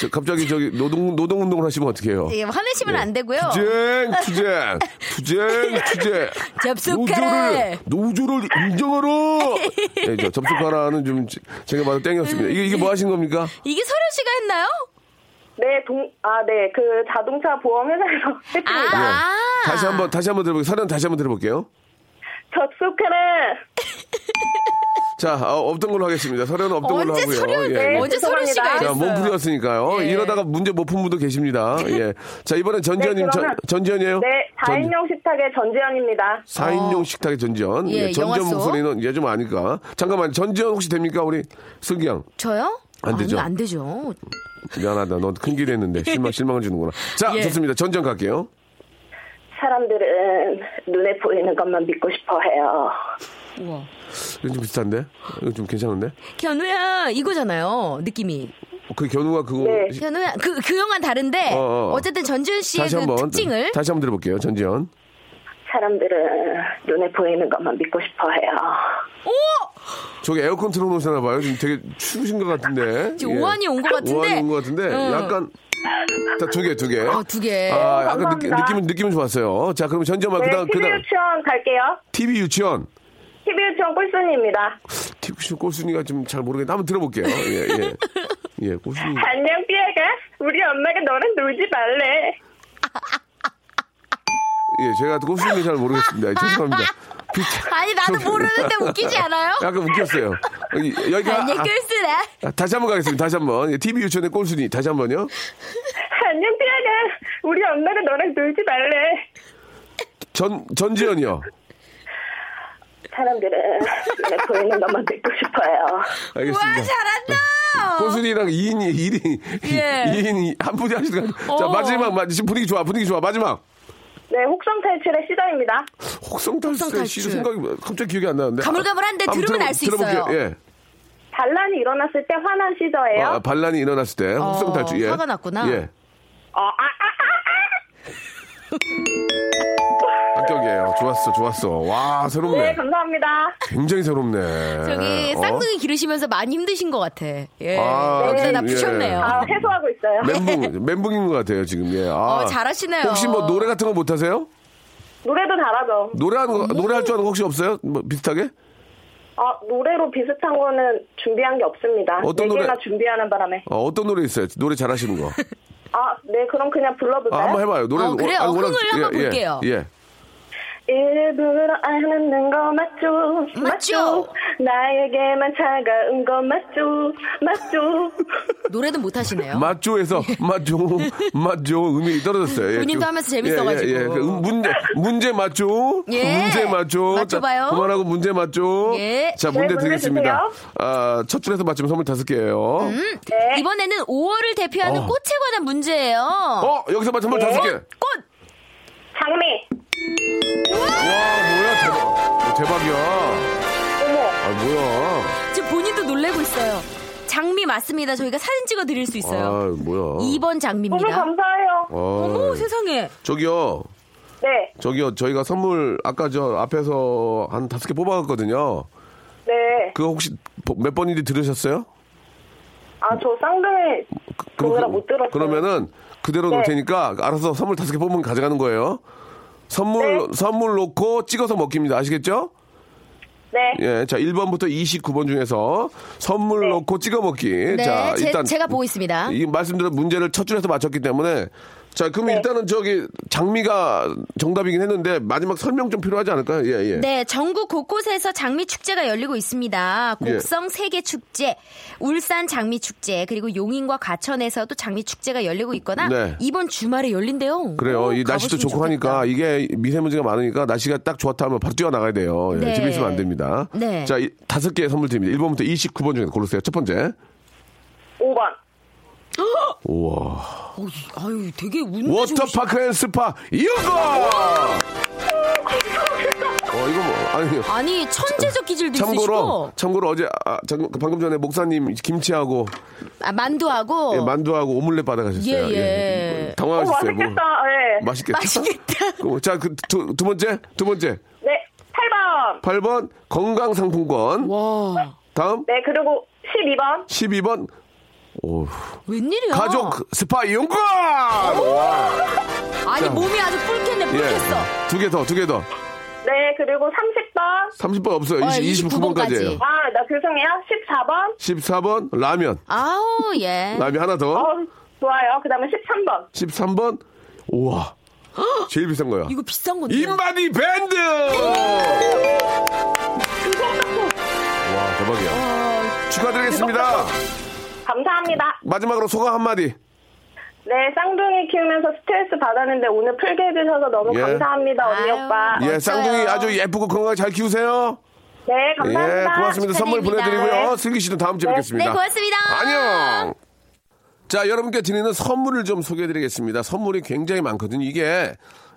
저- 갑자기 저기, 노동, 노동운동을 하시면 어떡해요?
예, 화내시면 안 되고요.
투쟁, 투쟁,
*laughs*
투쟁, 투쟁.
접속하라.
노조를, 노조를 인정하라. 예, 저 접속하라는 좀 제- 제가 봐도 땡이었습니다. 이게, 이게 뭐 하신 겁니까?
이게 서류 씨가 했나요?
네, 동, 아, 네, 그 자동차 보험회사에서 *laughs* 했습니다.
아,
예. 다시 한번 다시 한번 들어볼게요. 사연 다시 한번 들어볼게요.
접속하래!
자, 어, 없던 걸로 하겠습니다. 서류는 없던 걸로
언제
하고요.
서류,
예.
언제 서류 씨가
죄송합니다.
자,
이랬어요?
몸풀이었으니까요.
예.
이러다가 문제 못 푼 분도 계십니다.
네.
예. 자, 이번엔 전지현님,
네,
전,
그러면-
전지현이에요?
네, 4인용 식탁의 전지현입니다.
4인용 식탁의 전지현.
예,
예, 전지현
영화 속.
목소리는 이제 좀 아니까. 잠깐만, 전지현 혹시 됩니까? 우리 슬기 양.
저요?
안
아니,
되죠.
안 되죠.
미안하다. 넌 큰 길
*laughs*
했는데 실망, 실망을 주는구나. 자,
예.
좋습니다. 전전 갈게요.
사람들은 눈에 보이는 것만 믿고 싶어 해요.
이건 좀 비슷한데? 이건 좀 괜찮은데?
견우야, 이거잖아요. 느낌이.
그 견우가 그거.
네.
시-
견우야, 그, 그 영화는 다른데,
어, 어.
어, 쨌든 전지현 씨의
다시
그
한 번.
특징을.
다시 한번 들어볼게요. 전지현.
사람들은 눈에 보이는 것만 믿고 싶어 해요.
저기 에어컨 틀어놓으시나 봐요. 지금 되게 추우신 것 같은데. 예.
지금 오한이 온것 같은데.
오한이 온것 같은데.
응.
약간. 자, 두 개, 두 개.
아, 두 개.
아, 약간
감사합니다.
느낌, 느낌은, 느낌은 좋았어요. 자, 그럼 전지현만.
네,
그 다음, 그
TV
다음.
유치원 갈게요.
TV 유치원.
TV 유치원 꿀순입니다.
TV 꼴순이가 좀 잘 모르겠는데. 한번 들어볼게요. 예,
*laughs*
예. 예, 꼴순이.
안녕, 삐아가. 우리 엄마가 너랑 놀지 말래.
예, 제가 꼴순이 잘 모르겠습니다. 죄송합니다.
*laughs*
비-
아니, 나도 모르는데 웃기지 않아요?
약간 웃겼어요. 여기, 여기가.
아니,
아-
글쓰네.
아, 다시 한번 가겠습니다. 다시 한번 예, TV 유치원의 꼴순이 다시 한번요.
안녕, 삐아가. 네, 우리 엄마가 너랑 놀지 말래.
전 전지현이요.
사람들은 눈에 보이는 것만 믿고 싶어요.
와,
알겠습니다. 네.
잘한다!
꼴순이랑 2인 1인
예.
2인 한 분이 하시는 거. 자
어.
마지막 마- 지금 분위기 좋아 분위기 좋아 마지막
네, 혹성 탈출의 시저입니다.
혹성탈출
혹성탈출.
씨도 생각이 뭐 갑자기 기억이 안 나는데. 아,
가물가물한데
한번
들으면
들어보-
알수
들어볼게요.
있어요.
예.
반란이 일어났을 때 화난 시저예요.
아, 반란이 일어났을 때
어,
혹성탈출. 예.
화가 났구나.
예.
어, 아, 아, 아, 아.
합격이에요. 좋았어, 좋았어. 와, 새롭네.
네, 감사합니다.
굉장히 새롭네.
저기
어?
쌍둥이 기르시면서 많이 힘드신 것 같아. 예.
아,
여기다 다
네.
푸셨네요.
아, 해소하고 있어요.
멘붕, 멘붕인 것 같아요, 지금. 예. 아.
어, 잘하시네요.
혹시 뭐 노래 같은 거 못하세요?
노래도 잘하죠.
어, 뭐.
노래하는 거, 노래할 줄 아는 거 혹시 없어요? 뭐 비슷하게?
아, 노래로 비슷한 거는 준비한 게 없습니다.
어떤
네 개나
노래?
준비하는 바람에.
어, 어떤 노래 있어요? 노래 잘하시는 거.
아, 네, 그럼 그냥 불러볼까요?
아, 한번 해봐요. 노래
어, 그래요?
아, 워낙-
흥을 한번 볼게요.
예.
일부러 안 하는 거 맞죠?
맞죠?
나에게만 차가운 거 맞죠? 맞죠?
노래는 못하시네요.
맞죠에서 맞죠, 맞죠 음이 떨어졌어요. 예,
예. 본인도
그-
하면서 재밌어가지고.
예, 예, 예. 그 음, 문제 문제 맞죠?
예.
문제 맞죠?
맞춰봐요.
자, 그만하고 문제 맞죠?
예.
자 문제
네, 문제
드리겠습니다.
주세요.
아, 첫 줄에서 맞추면 선물 다섯 개예요.
음. 이번에는 5월을 대표하는
어.
꽃에 관한 문제예요.
어 여기서 맞추면 다섯 개.
꽃!
장미.
와 뭐야 대박. 어, 대박이야.
어머.
아 뭐야.
지금 본인도 놀래고 있어요. 장미 맞습니다. 저희가 사진 찍어 드릴 수 있어요.
아 뭐야.
2번
너무
장미입니다.
감사해요.
아,
어머 세상에.
저기요.
네.
저기요. 저희가 선물 아까 저 앞에서 한 다섯 개 뽑아갔거든요.
네.
그거 혹시 몇 번인지 들으셨어요?
아, 저 쌍둥이 보느라 못 들었어요.
그 그러면은 그대로 놓을
네.
테니까 알아서 선물 다섯 개 뽑으면 가져가는 거예요. 선물, 선물 놓고 찍어서 먹깁니다. 아시겠죠?
네.
예. 자, 1번부터 29번 중에서 선물 놓고 찍어 먹기.
네,
자,
제,
일단. 예.
제가 보고 있습니다.
이 말씀드린 문제를 첫 줄에서 맞췄기 때문에. 자,
네.
그럼 일단은 저기 장미가 정답이긴 했는데 마지막 설명 좀 필요하지 않을까요? 예, 예.
네, 전국 곳곳에서 장미 축제가 열리고 있습니다.
예.
곡성 세계 축제, 울산 장미 축제, 그리고 용인과 과천에서도 장미 축제가 열리고 있거나
네.
이번 주말에 열린대요.
그래요.
오,
이 날씨도
가보시면
좋고
좋겠다.
하니까 이게 미세먼지가 많으니까 날씨가 딱 좋다 하면 바로 뛰어나가야 돼요. 예,
네.
집에 있으면 안 됩니다.
네.
자, 이- 다섯 개의 선물 드립니다. 1번부터 29번 중에서 고르세요. 첫 번째.
5번.
우와.
어이, 아유, 되게 운
워터파크 앤 스파 이어거! 어, 이거 뭐, 아니,
아니, 천재적 기질도
참고로,
있으시고
참고로 어제, 아, 잠- 방금 전에 목사님 김치하고,
아, 만두하고
예, 만두하고 오믈렛 받아가셨어요.
예, 예.
오,
당황하셨어요. 뭐.
맛있겠다. 예.
맛있겠다.
맛있겠다.
어, 자, 그, 두, 두 번째, 두 번째.
네. 8번.
8번, 건강상품권.
와,
다음.
네, 그리고 12번.
12번 오,
웬일이야?
가족 그- 스파 이용권
아니, 몸이 아주 뿔겠네, 뿔겠어.
예두 개 더 두 개 더
네, 그리고 30번.
30번 없어요
어,
20, 29번까지예요
29번까지.
아, 나 죄송해요. 14번.
14번 라면
아우, 예.
라면 하나 더
어, 좋아요. 그 다음에 13번.
13번 우와 제일 비싼 거야
이거 비싼 건데.
인바디 밴드 와 대박이야
어.
축하드리겠습니다
감사합니다.
마지막으로 소감 한마디
네, 쌍둥이 키우면서 스트레스 받았는데 오늘 풀게 해주셔서 너무
예.
감사합니다, 언니
아유.
오빠.
예
멋져요.
쌍둥이 아주 예쁘고 건강하게 잘 키우세요
네,
예
감사합니다.
고맙습니다 선물
축하드립니다.
보내드리고요 슬기 씨도 다음 주에 뵙겠습니다
네, 고맙습니다.
안녕. 자, 여러분께 드리는 선물을 좀 소개해드리겠습니다. 선물이 굉장히 많거든요. 이게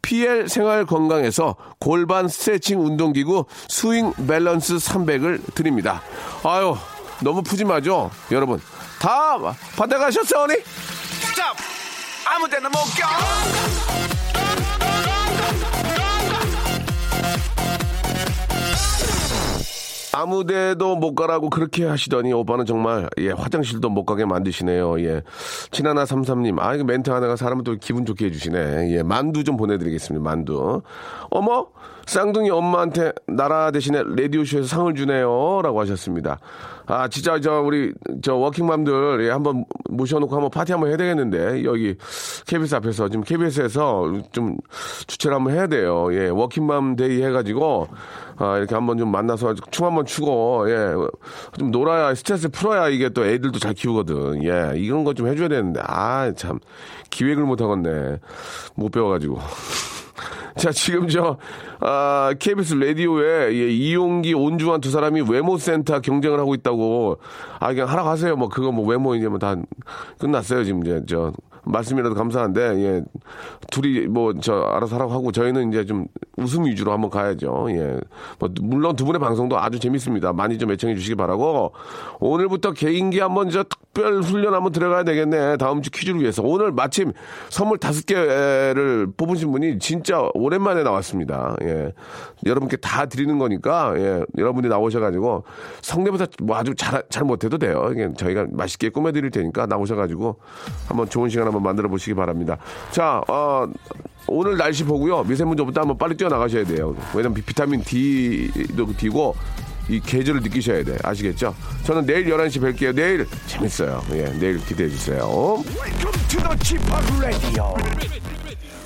PL 생활 건강에서 골반 스트레칭 운동기구 스윙 밸런스 300을 드립니다. 아유, 너무 푸짐하죠? 여러분, 다 받아가셨어요, 언니?
아무 데나 못 껴.
아무 데도 못 가라고 그렇게 하시더니 오빠는 정말 예 화장실도 못 가게 만드시네요. 예 친하나 삼삼님 아 이거 멘트 하나가 사람을 또 기분 좋게 해주시네. 예 만두 좀 보내드리겠습니다. 만두 어머 쌍둥이 엄마한테 나라 대신에 라디오 쇼에서 상을 주네요라고 하셨습니다. 아 진짜 저 우리 저 워킹맘들 예, 한번 모셔놓고 한번 파티 한번 해야 되겠는데 여기 KBS 앞에서 지금 KBS에서 좀 주최를 한번 해야 돼요. 예 워킹맘 데이 해가지고 아, 이렇게 한번 좀 만나서 춤 한번 추고, 예. 좀 놀아야, 스트레스 풀어야 이게 또 애들도 잘 키우거든. 예. 이런 거 좀 해줘야 되는데, 아, 참. 기획을 못 하겠네. 못 배워가지고. *laughs* 자, 지금 저, 아, KBS 라디오에, 예, 이용기, 온주환 두 사람이 외모센터 경쟁을 하고 있다고, 아, 그냥 하라고 하세요. 뭐, 그거 뭐, 외모 이제 뭐 다 끝났어요. 지금 이제, 저, 말씀이라도 감사한데, 예, 둘이 뭐, 저, 알아서 하라고 하고, 저희는 이제 좀 웃음 위주로 한번 가야죠. 예. 뭐, 물론 두 분의 방송도 아주 재밌습니다. 많이 좀 애청해 주시기 바라고, 오늘부터 개인기 한번 저 특별 훈련 한번 들어가야 되겠네. 다음 주 퀴즈를 위해서. 오늘 마침 선물 다섯 개를 뽑으신 분이 진짜 오랜만에 나왔습니다. 예. 여러분께 다 드리는 거니까, 예. 여러분이 나오셔가지고, 성대보다 뭐 아주 잘, 잘 못해도 돼요. 이게 저희가 맛있게 꾸며드릴 테니까 나오셔가지고, 한번 좋은 시간 한번 만들어 보시기 바랍니다. 자, 어, 오늘 날씨 보고요. 미세먼지부터 한번 빨리 뛰어나가셔야 돼요. 왜냐면 비- 비타민 D도 D고, 이 계절을 느끼셔야 돼. 아시겠죠? 저는 내일 11시 뵐게요. 내일 재밌어요. 예, 내일 기대해 주세요.
Welcome to the Chip Radio.